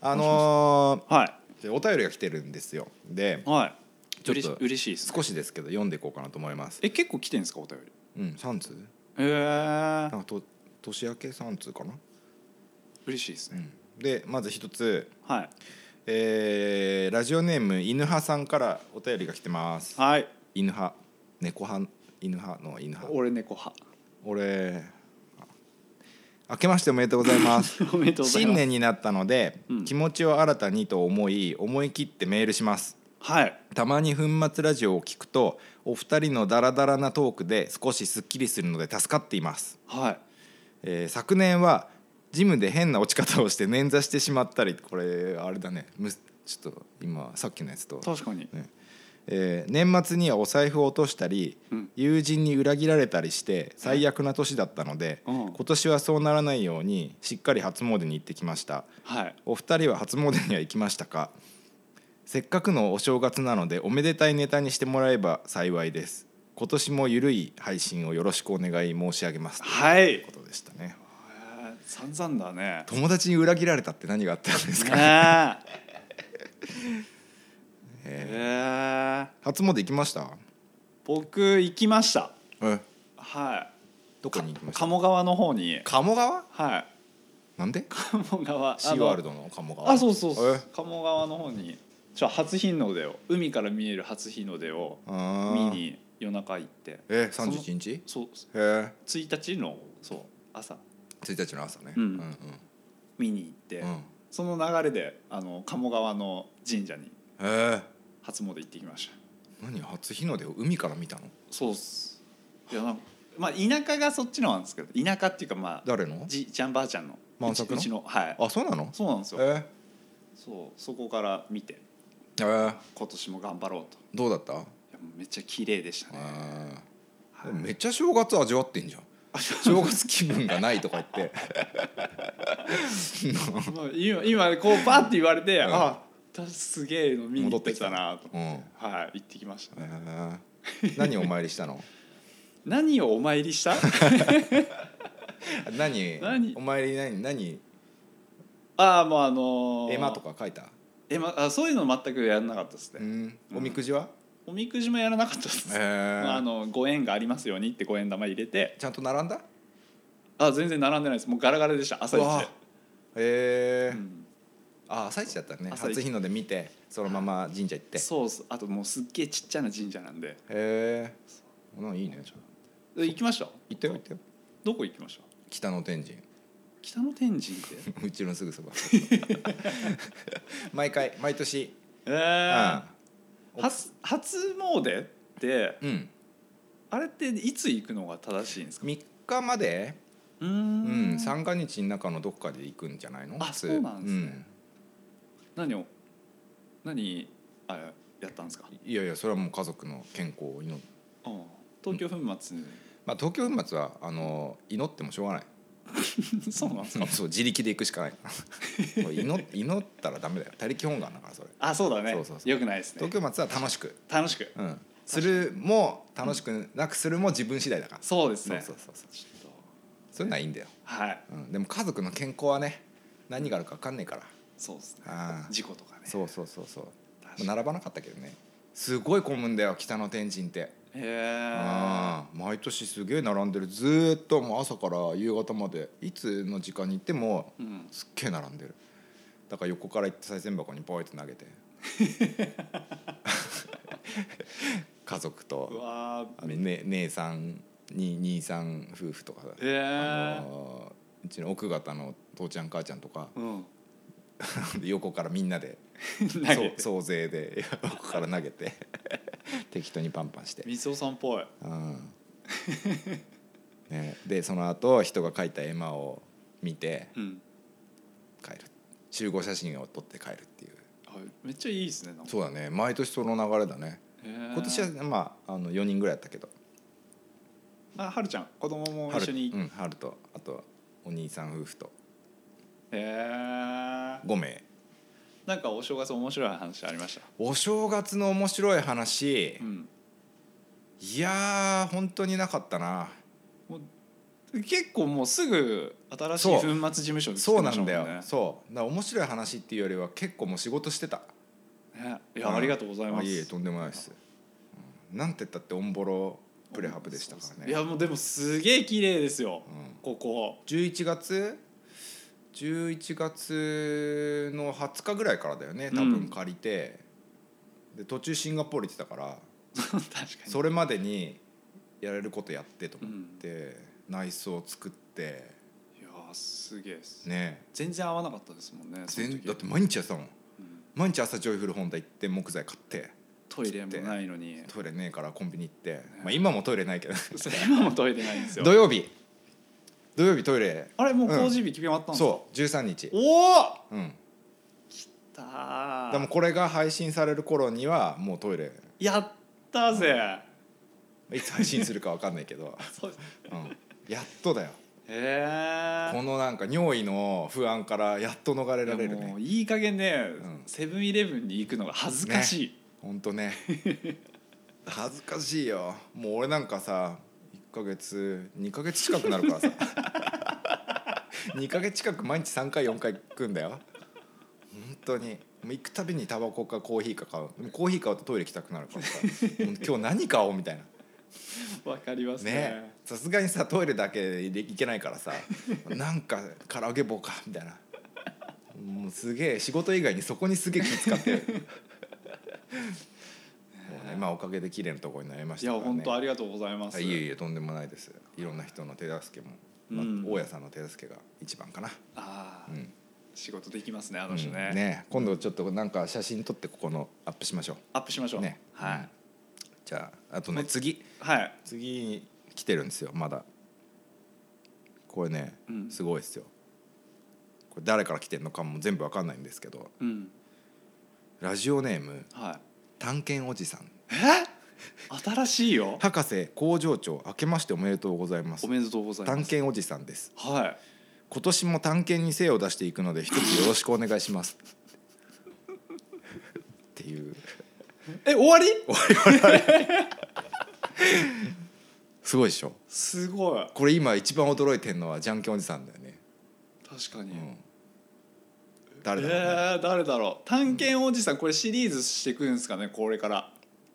あのはいー、お便りが来てるんですよではいちょっと嬉し嬉しいですね少しですけど読んでいこうかなと思いますえ結構来てんですかお便りうん3通へえなんかと年明け3通かな、嬉しいですうねん、でまず一つ、はいえー、ラジオネーム犬派さんからお便りが来てますはい犬派猫派犬派の犬派俺猫派俺あ明けましておめでとうございます おめでとうござい新ます年になったので、うん気持ちを新たにと思い思い切ってメールしますはいたまに粉末ラジオを聞くとお二人のダラダラなトークで少しすっきりするので助かっています、はいえー昨年はジムで変な落ち方をして捻挫してしまったりこれあれだねむちょっと今さっきのやつと確かにねえー年末にはお財布を落としたり、うん友人に裏切られたりして最悪な年だったので、うん今年はそうならないようにしっかり初詣に行ってきましたはいお二人は初詣には行きましたかせっかくのお正月なのでおめでたいネタにしてもらえば幸いです今年もゆるい配信をよろしくお願い申し上げますはいということでしたえねー散々だね友達に裏切られたって何があったんですか、ね ええー初詣行きました僕行きましたえはどこに行きいました鴨川の方に鴨川はいなんで鴨川あのシーワールドの鴨川あそうそうそえう鴨川の方にじゃ初日の出を海から見える初日の出をあ見ーに夜中行ってえ三31日へそうえ1日のそう朝1日の朝ねうんうん見に行って、うんうんその流れであの鴨川の神社にえ初詣行ってきましたー、何初日の出を海から見たのそうっすいやなんかまあ田舎がそっちの方なんですけど田舎っていうかまあ誰のじいちゃんばあちゃんの万うち作のうちのはいあそうなのそうなんですえよーそうそこから見てえー、今年も頑張ろうとどうだった、いやもうめっちゃ綺麗でしたねえーはいめっちゃ正月味わってんじゃん正月気分がないとか言 ってもう今今こうバッて言われて、んあ私すげえの見に行戻っっててききたたなと、うん、えはい行ってきましたねー、何お参りしたの何をお参りした 何何お参り何何ああもうあのー、絵馬とか書いた、絵馬あそういうの全くやらなかったですうね、ん、おみくじは、おみくじもやらなかったです、えーまあ、あのご縁がありますようにってご縁玉入れてちゃんと並んだあ全然並んでないですもうガラガラでした朝一うわで、えうーん、あ朝一だったね朝一初日の出見てそのまま神社行ってへそうっすあともうすっげえちっちゃな神社なんでえなんかいいねで行きました行ったよ行ったよどこ行きました北の天神北の天神って うちのすぐ そば毎回毎年 えうーん、初初詣ってうん、あれっていつ行くのが正しいんですか。 3日まで、ううんん、三が日の中のどっかで行くんじゃないのあ普通そうなんですね何を何あれやったんですか。うんいやいやそれはもう家族の健康を祈る、うん東京粉末、まあ、東京粉末はあの祈ってもしょうがない そうなんですか。 そう自力で行くしかない もう祈祈ったらダメだよ他力本願だからそれあそうだね。そうそうそうよくないですね東。京松は楽しく、楽しく。うん、するも楽しくなくするも自分次第だから、そうですね。そうそうそうそうちょっとそういうのはいいんだよ、はいうん、でも家族の健康はね何があるか分かんないからそうですね。ああ事故とかね。そうそうそうそう確かに並ばなかったけどねすごい混むんだよ北の天神ってへえああ毎年すげえ並んでるずーっともう朝から夕方までいつの時間に行ってもうん。すっげえ並んでるだから横から行って賽銭箱にポイって投げ て家族うとわあーの、めね、姉さんに兄さん夫婦とか、へえあのーうちの奥方の父ちゃん母ちゃんとかうん。横からみんなで 投げて。そう総勢で横から投げて適当にパンパンして、みそさんっぽい。うんね、でその後人が描いた絵馬を見てうん。帰る集合写真を撮って帰るっていうへめっちゃいいですねなんかそうだね毎年その流れだねへー今年はまああの4人ぐらいやったけどあはるちゃん子供も一緒にうん、春とあとお兄さん夫婦とへえ5名なんかお正月面白い話ありましたお正月の面白い話、うんいやー本当になかったな結構もうすぐ新しいそ粉う末事務所に来てそうまなしたもんだよ、ねそうだから面白い話っていうよりは結構もう仕事してたねいうんやありがとうございまあすいえいえとんでもないです、うんなんて言ったってオンボロプレハブでしたからねいやもうでもすげえ綺麗ですようんここ 11月11月の20日ぐらいからだよね多う分ん借りて、で途中シンガポール行ってたから確かにそれまでにやれることやってと思うっんて、内装作っていやーすげえですね全然合わなかったですもんねその全時だって毎日やってたもんうん毎日朝ジョイフル本田行って木材買ってトイレもないのにトイレねえからコンビニ行って、まあ、今もトイレないけ どそれ今もトイレないんですよ土曜日土曜日トイレあれもう工事日決まったんですかそう13日おおうんたーでもこれが配信される頃にはもうト イレやったぜいつ配信するか分かんないけど、そううん、やっとだよへえこのなんか尿意の不安からやっと逃れられるいやもねういい加減ねんセブンイレブンに行くのが恥ずかしい、ほんとね 恥ずかしいよもう俺なんかさ1ヶ月2ヶ月近くなるからさ2 ヶ月近く毎日3回4回行くんだよ本当にもう行くたびにタバコかコーヒーか買うでもコーヒー買うとトイレ行きたくなるからさもう今日何買おうみたいなわかりますねねさすがにさトイレだけでいけな いからさなんか唐揚げ棒かみたいなもうすげえ仕事以外にそこにすげえ気 使ってるもうねまあおかげで綺麗なところになりましいたやから、ね、本当ありがとうございますあいえいえとんでもないですいろんな人の手助けも、まあうん大家さんの手助けが一番かな、ああ、うん仕事できますねあうのん人ね,、ね今度ちょっとなんか写真撮ってここのアップしましょうアップしましょうねはい、じゃああとね次はい次に来てるんですよまだこれね、うんすごいですよこれ誰から来てるのかも全部わかんないんですけどうんラジオネームはい探検おじさんえ新しいよ博士工場長明けましておめでとうございますおめでとうございま探す検おじさんですはい今年も探検に精を出していくので一つよろしくお願いしますっていうえ終わりすごいでしょすごいこれ今一番驚いてるのはジャンケンおじさんだよね、確かに、うん、誰えだろうね、ー、誰だろう探検おじさんこれシリーズしていくんですかねこれから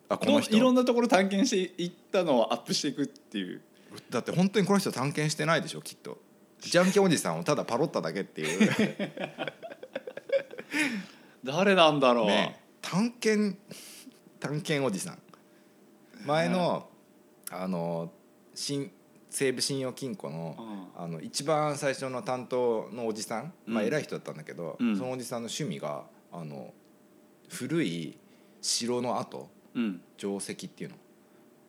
あこの人いろんなところ探検していったのをアップしていくっていうだって本当にこの人探検してないでしょきっとジャンケンおじさんをただパロっただけっ ていう誰なんだろう、ね探検探検おじさん前のあの新西武信用金庫の,、あの一番最初の担当のおじさん、まあ、うん偉い人だったんだけど、うんそのおじさんの趣味があの古い城の跡うん城跡っていう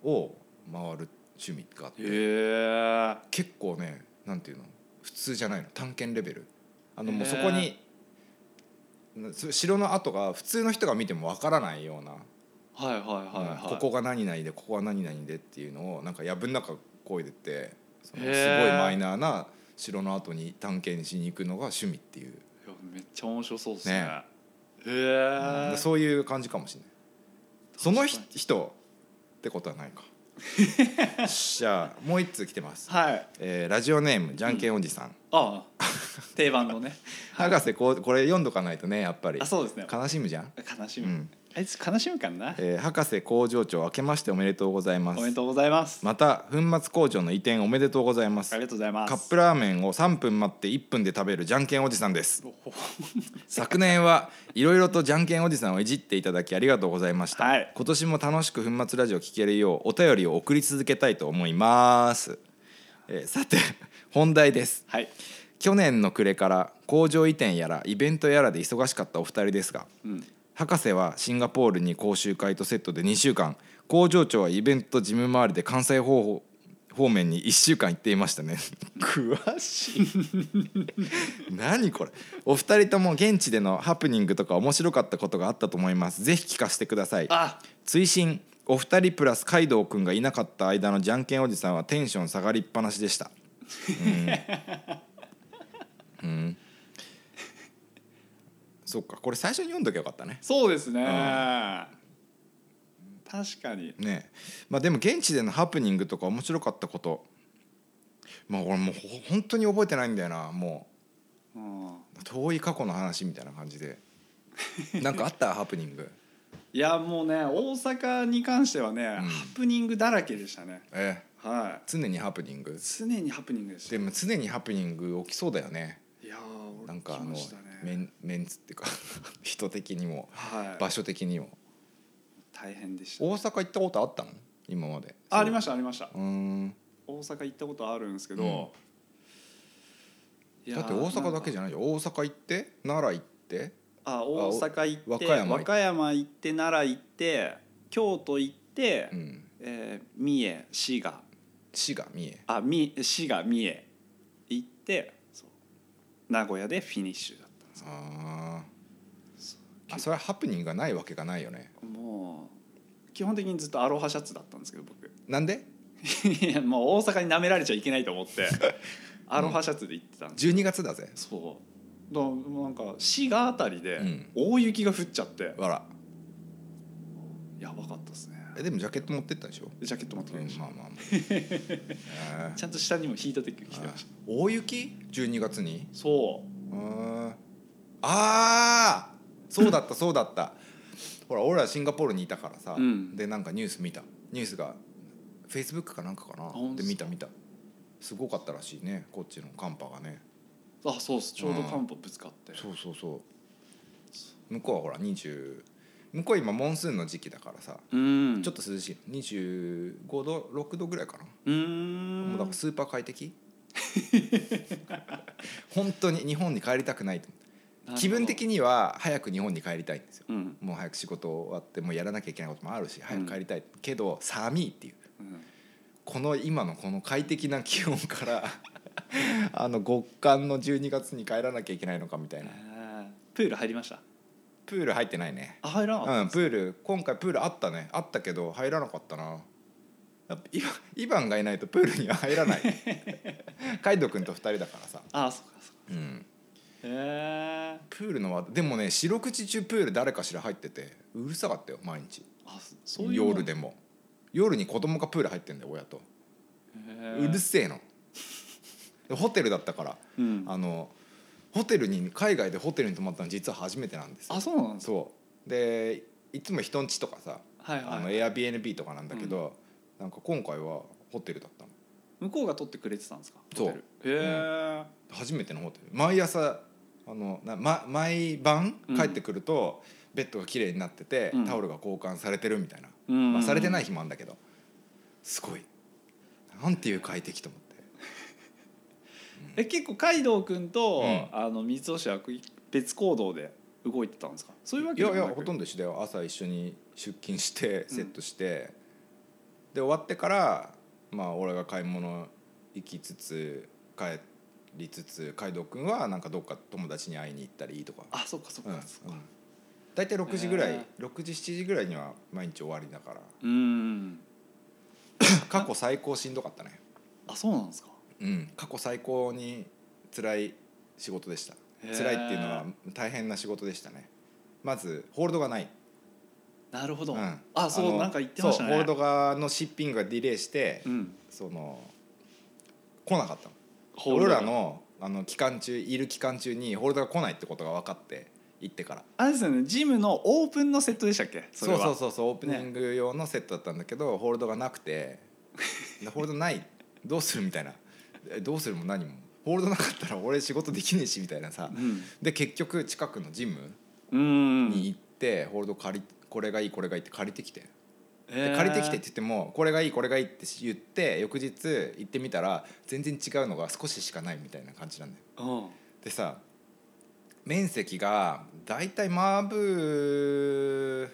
のを回る趣味があってへえ結構ねなんていうの普通じゃないの探検レベルあのもうへーそこにそ城の跡が普通の人が見てもわからないような、はいはいはいはい、ここが何々でここが何々でっていうのをなんか藪の中こいでてそのへすごいーマイナーな城の跡に探検しに行くのが趣味っていう、いやめっちゃ面白そうですねねへうんえ、でそういう感じかもしれないそのひ確か人ってことはない かよっしゃあもう一通来てます、はいえーラジオネームじゃんけんおじさん、 ああ定番のね博士こうこれ読んどかないとねやっぱりあそうですね悲しむじゃん、悲しうむ、んあいつ悲しむからな、えー博士工場長明けましておめでとうございますおめでとうございます、また粉末工場の移転おめでとうございますありがとうございますカップラーメンを3分待って1分で食べるじゃんけんおじさんですおほ昨年はいろいろとじゃんけんおじさんをいじっていただきありがとうございました、はい今年も楽しく粉末ラジオ聞けるようお便りを送り続けたいと思います、えーさて本題ですはい去年の暮れから工場移転やらイベントやらで忙しかったお二人ですがうん博士はシンガポールに講習会とセットで2週間工場長はイベント事務回りで関西方法方面に1週間行っていましたね 詳しい何これお二人とも現地でのハプニングとか面白かったことがあったと思いますぜひ聞かせてください あ追伸お二人プラスカイドウくんがいなかった間のじゃんけんおじさんはテンション下がりっぱなしでしたうん、うんそっかこれ最初に読んどきゃよかったねそうですね、確かにねえまあでも現地でのハプニングとか面白かったことまあ俺もうほ本当に覚えてないんだよなもうんう遠い過去の話みたいな感じでなんかあったハプニングいやもうね大阪に関してはね、ハプニングだらけでしたねええは常にハプニングい常にハプニングでしたでも常にハプニング起きそうだよねいやーなんかあ来の、ましたメねンメンツっていうか 人的にもは場所的にもい大変でした大阪行ったことあったの今まであありましたありましたうーん大阪行ったことあるんですけど、うんいやだって大阪だけじゃゃないよ大阪行って奈良行ってあ大阪行って和歌山行っ和歌山行って奈良行って京都行って、うんえー三重滋賀滋賀三重あみ滋賀三重行ってそう名古屋でフィニッシュだっあーあそれはハプニングがないわけがないよねたもう基本的にずっとアロハシャツだったんですけど僕 なんでいやもう大阪に舐められちゃいけないと思って アロハシャツで行ってたんです、 12月だぜそうだからなんか滋賀あたりでうん大雪が降っちゃって、わらやばかったですねえでもジャケット持ってったでしょ、ジャケット持ってうきんました、ま あまあまあえーちゃんと下にも引いた時着てました大雪12月にそううーんああそうだったそうだったほら俺らシンガポールにいたからさ、うんでなんかニュース見たニュースがフェイスブックかなんかかな本当でです見かた見たすごかったらしいねこっちの寒波がねあそうっすちょうど寒波ぶつかって、そうそうそう向こうはほら20向こう今モンスーンの時期だからさうんちょっと涼しい25度6度ぐらいかな、うーんもうだからスーパー快 適本当に日本に帰りたくないと思って気分的に、には早く日本に帰りたいんですようんもう早く仕事終わってもうやらなきゃいけないこともあるし早く帰りたい、けど寒いっていううんこの今のこの快適な気温から あの極寒の12月に帰らなきゃいけないのかみたいえなープール入りましたプール入ってないねあ入らなかったうんプール今回プールあったねあったけど入らなかったなやっぱイバンイバンがいないとプールには入 らないカイドくんと2人だからさ、あそっかそっかうん、へえプールのわでもね四六時中プール誰かしら入っててうるさかったよ毎日あそそういうもん夜でも夜に子供がプール入ってんだよ親と、へうーるせえのでホテルだったから、うんあのホテルに海外でホテルに泊まったの実は初めてなんですよあそうなんですかそうでいつも人ん家とかさ、はいあのはい Airbnb とかなんだけど、なんか今回はホテルだったの向こうが取ってくれてたんですかそうホテルへえ初めてのホテル毎朝あのな、ま、毎晩うん帰ってくると、ベッドが綺麗になってて、うんタオルが交換されてるみたいな、うんまあ、されてない日もあるんだけどすごいなんていう快適と思ってえ結構カイドウ君と、うんあの三尾氏は別行動で動いてたんですかそういうわけいやいやくほとんど一緒だよ朝一緒に出勤してセットして、で終わってからまあ俺が買い物行きつつ帰りつつ海堂君はなんかどっか友達に会いに行ったりとかあそっかそっうんうかんそっか大体6時ぐらい、へ6時7時ぐらいには毎日終わり だからうんん過去最高しんどかったねあそうなんですかうん過去最高に辛い仕事でしたへー辛いっていうのは大変な仕事でしたねまずホールドがないなるほど、うんあそうのなんか言ってましたねそうホールド側のシッピングがディレイして、うんその来なかったのホール俺ドらのあの期間中いる期間中にホールドが来ないってことが分かって行ってからあれですよねジムのオープンのセットでしたっけそそれうはそうそうそうオープニング用のセットだったんだけど、ホールドがなくてでホールドないどうするみたいなえどうするも何もホールドなかったら俺仕事できねえしみたいなさ、うんで結局近くのジムうんに行って、ホールド借りこれがいいこれがいいって借りてきてえでー借りてきてって言ってもこれがいいこれがいいって言って翌日行ってみたら全然違うのが少ししかないみたいな感じなんだようんでさ面積がだいたいマブ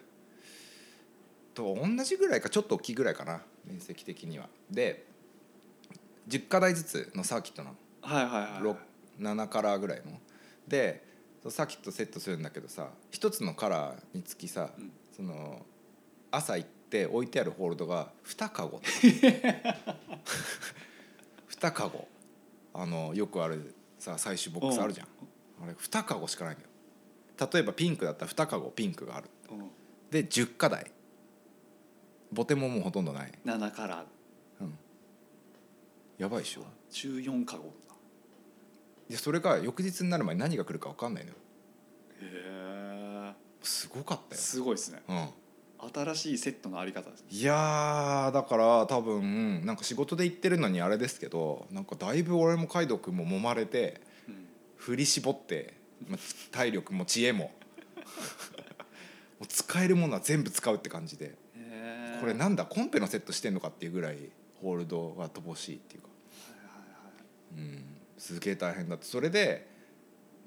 と同じぐらいかちょっと大きいぐらいかな面積的にはで10課題ずつのサーキットなのはいはいはいろ7カラーぐらいのでそのサーキットセットするんだけどさ一つのカラーにつきさ、んその朝行って置いてあるホールドが2 カゴ2カゴあのよくあるさ最終ボックスあるじゃんあれ2カゴしかないんだよ例えばピンクだったら2カゴピンクがあるうんで10課題ボテももうほとんどない7からやばいでしょ14カゴでそれが翌日になる前に何が来るか分かんないのよへえすごかったよすごいですねうん新しいセットのあり方ですねいやーだから多分なんか仕事で行ってるのにあれですけどなんかだいぶ俺も海斗君も揉まれてうん振り絞ってま体力も知恵も もう使えるものは全部使うって感じでへえこれなんだコンペのセットしてんのかっていうぐらいホールドが乏しいっていうか、うん、すげえ大変だってそれで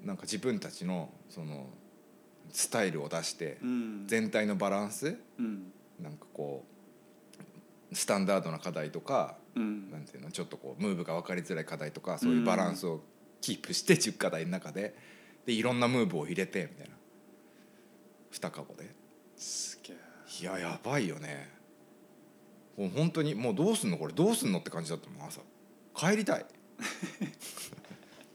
なんか自分たちのそのスタイルを出してうん全体のバランス、うんなんかこうスタンダードな課題とかうんなんていうのちょっとこうムーブが分かりづらい課題とかそういうバランスをキープして10課題の中ででいろんなムーブを入れてみたいな2カゴですげえいややばいよねもう本当にもうどうすんのこれどうすんのって感じだったもん朝帰りたい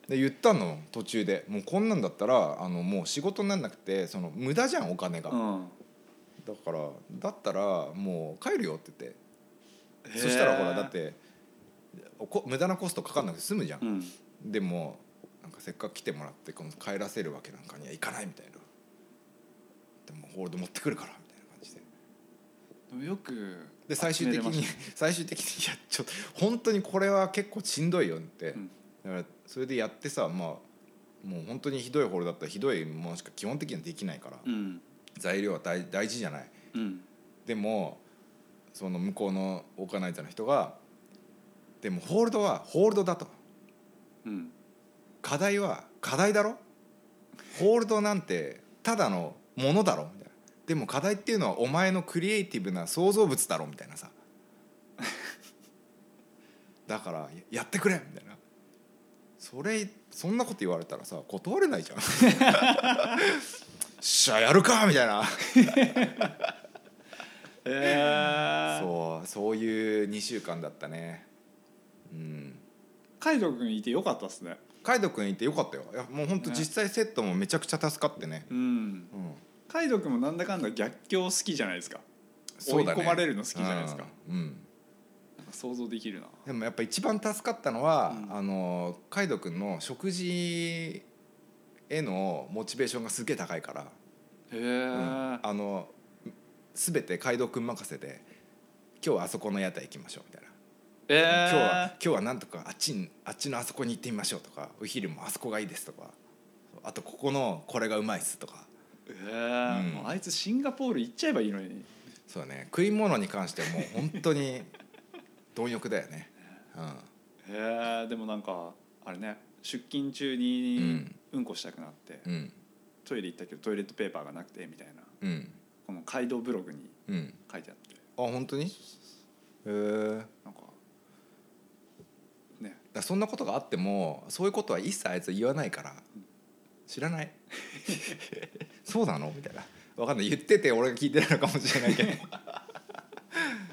で言ったの途中でもうこんなんだったらあのもう仕事になんなくてその無駄じゃんお金が、うんだからだったらもう帰るよって言ってそしたらほらだってこ無駄なコストかかんなくて済むじゃんう、んでもなんかせっかく来てもらってこの帰らせるわけなんかにはいかないみたいなでもホールド持ってくるからみたいな感じででもよくで最終的集めれまにし 最終的にいやちょっと本当にこれは結構しんどいよって、たうんだからそれでやってさまあもう本当にひどいホールドだったらひどいものしか基本的にはできないから、うん材料は大大事じゃないうんでもその向こうのオーガナイザーの人が「でもホールドはホールドだ」とうん「課題は課題だろホールドなんてただのものだろ」みたいな「でも課題っていうのはお前のクリエイティブな創造物だろ」みたいなさだからややってくれみたいなそれそんなこと言われたらさ断れない じゃん しゃやるかみたいなええそうそういう2週間だったねうん海斗君いてよかったですね海斗君いてよかったよいやもうほんとね実際セットもめちゃくちゃ助かってねうんうん海斗君もなんだかんだ逆境好きじゃないですか追い込まれるの好きじゃないですかうん、うんなんか想像できるなでもやっぱ一番助かったのは、うんあの海斗君の食事へのモチベーションがすげえ高いから、へうんえあの全て海斗君任せで今日はあそこの屋台行きましょうみたいなええ今日は今日はなんとかあっちにあっちのあそこに行ってみましょうとかお昼もあそこがいいですとかあとここのこれがうまいっすとかええうんもうあいつシンガポール行っちゃえばいいのにそうだね食い物に関してはもう本当に貪欲だよね、うん、へえでもなんかあれね出勤中うにんうんこしたくなって、うんトイレ行ったけどトイレットペーパーがなくてみたいなうんこの街道ブログにうん書いてあってあ本当にへえだかなんかねらそんなことがあってもそういうことは一切あいつは言わないから知らない そうなのみたいなわかんない言ってて俺が聞いてないのかもしれないけど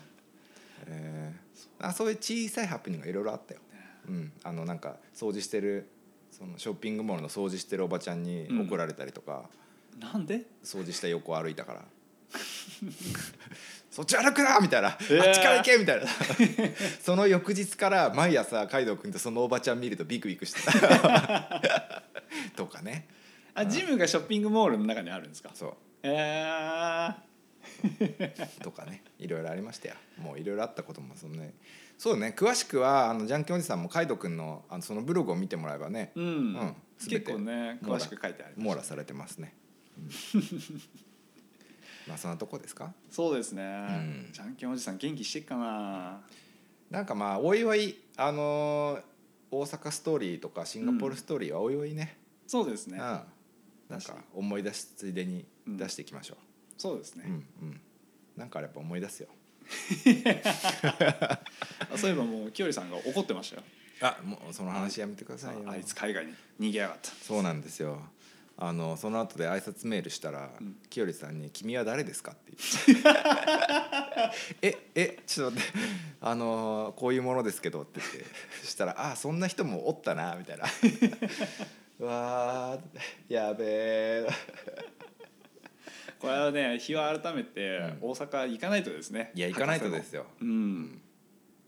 えーあそういう小さいハプニングがいろいろあったよ、うん、あのなんか掃除してるそのショッピングモールの掃除してるおばちゃんにうん怒られたりとか、なんで掃除した横を歩いたから そっち歩くなみたいな、えーあっちから行けみたいなその翌日から毎朝海斗君とそのおばちゃん見るとビクビクしてた とかねあジムがショッピングモールの中にあるんですかそええうとかねいろいろありましたよもういろいろあったこともそのねそうね詳しくはあのジャンキおじさんも海斗君のあのそのブログを見てもらえばね、うん、うん結構ね網羅詳しく書いてありま網し羅たされてますね、うん まあそんなとこですかそうですね、んじゃんけんおじさん元気してっかななんかまあおいおいあのー大阪ストーリーとかシンガポールストーリーはおいおいね、そうですうねんなんか思い出すついでにうん出していきましょそうですね、う、うんうんなんかあれば思い出すよあそういえばもうきよりさんが怒ってましたよあもうその話やめてくださいよあいつ海外に逃げやがったそうなんですよあのその後で挨拶メールしたら、きよりさんに「君は誰ですか?」って 言ってええちょっと待ってあのこういうものですけど」って言ってそしたら「あそんな人もおったな」みた いな「うわーやべえこれはね日は改めてうん大阪行かないとですね、いや行かないとですようん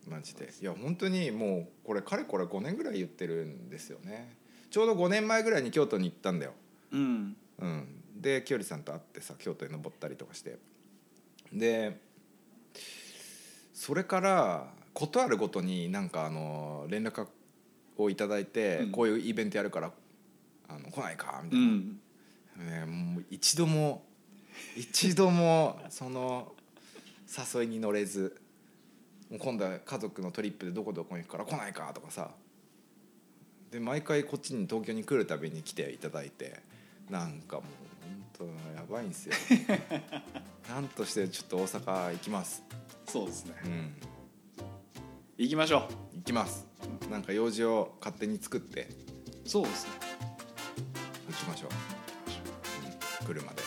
マジでいや本当にもうこれかれこれ5年ぐらい言ってるんですよねちょうど5年前ぐらいに京都に行ったんだようんうん、できよりさんと会ってさ京都に登ったりとかしてでそれから事あるごとになんかあの連絡をいただいて、うんこういうイベントやるからあの来ないかみうたいな、んねもう一度も一度もその誘いに乗れずもう今度は家族のトリップでどこどこに行くから来ないかとかさで毎回こっちに東京に来るたびに来ていただいてなんかもう本当やばいんですよなんとしてちょっと大阪行きますそうですねうん行きましょ行きますなんか用事を勝手に作ってうそうですね行きましょう、うん、車で、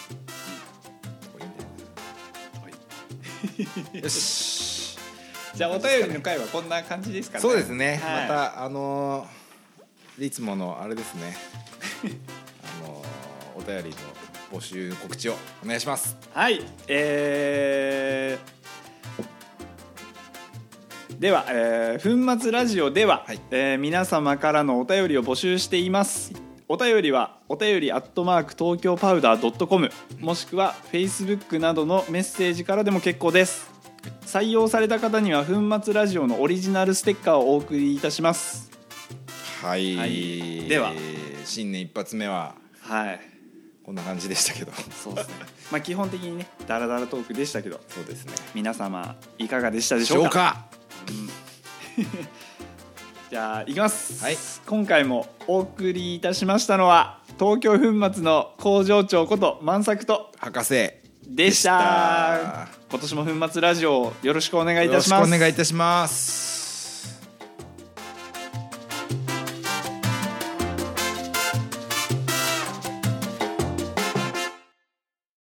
これいいんだよよし。じゃあお便りの回はこんな感じですかねそうですはね。いまたあのーいつものあれです ね。あのーお便りの募集の告知をお願いします。はい、えーでは、えー粉末ラジオでは、はいえー皆様からのお便りを募集しています。お便りはお便りアットマーク東京パウダードットコムもしくは Facebook などのメッセージからでも結構です採用された方には粉末ラジオのオリジナルステッカーをお送りいたしますはい。はいでは新年一発目ははいこんな感じでしたけど。そうですねまあ基本的にねダラダラトークでしたけど そうですね。皆様いかがでしたででしょうかか。じゃあ行きます、はい今回もお送りいたしましたのは東京粉末の工場長こと万作と博士。でしたでした今年も粉末ラジオをよろしくお願いいよろたししくますお願いいたします。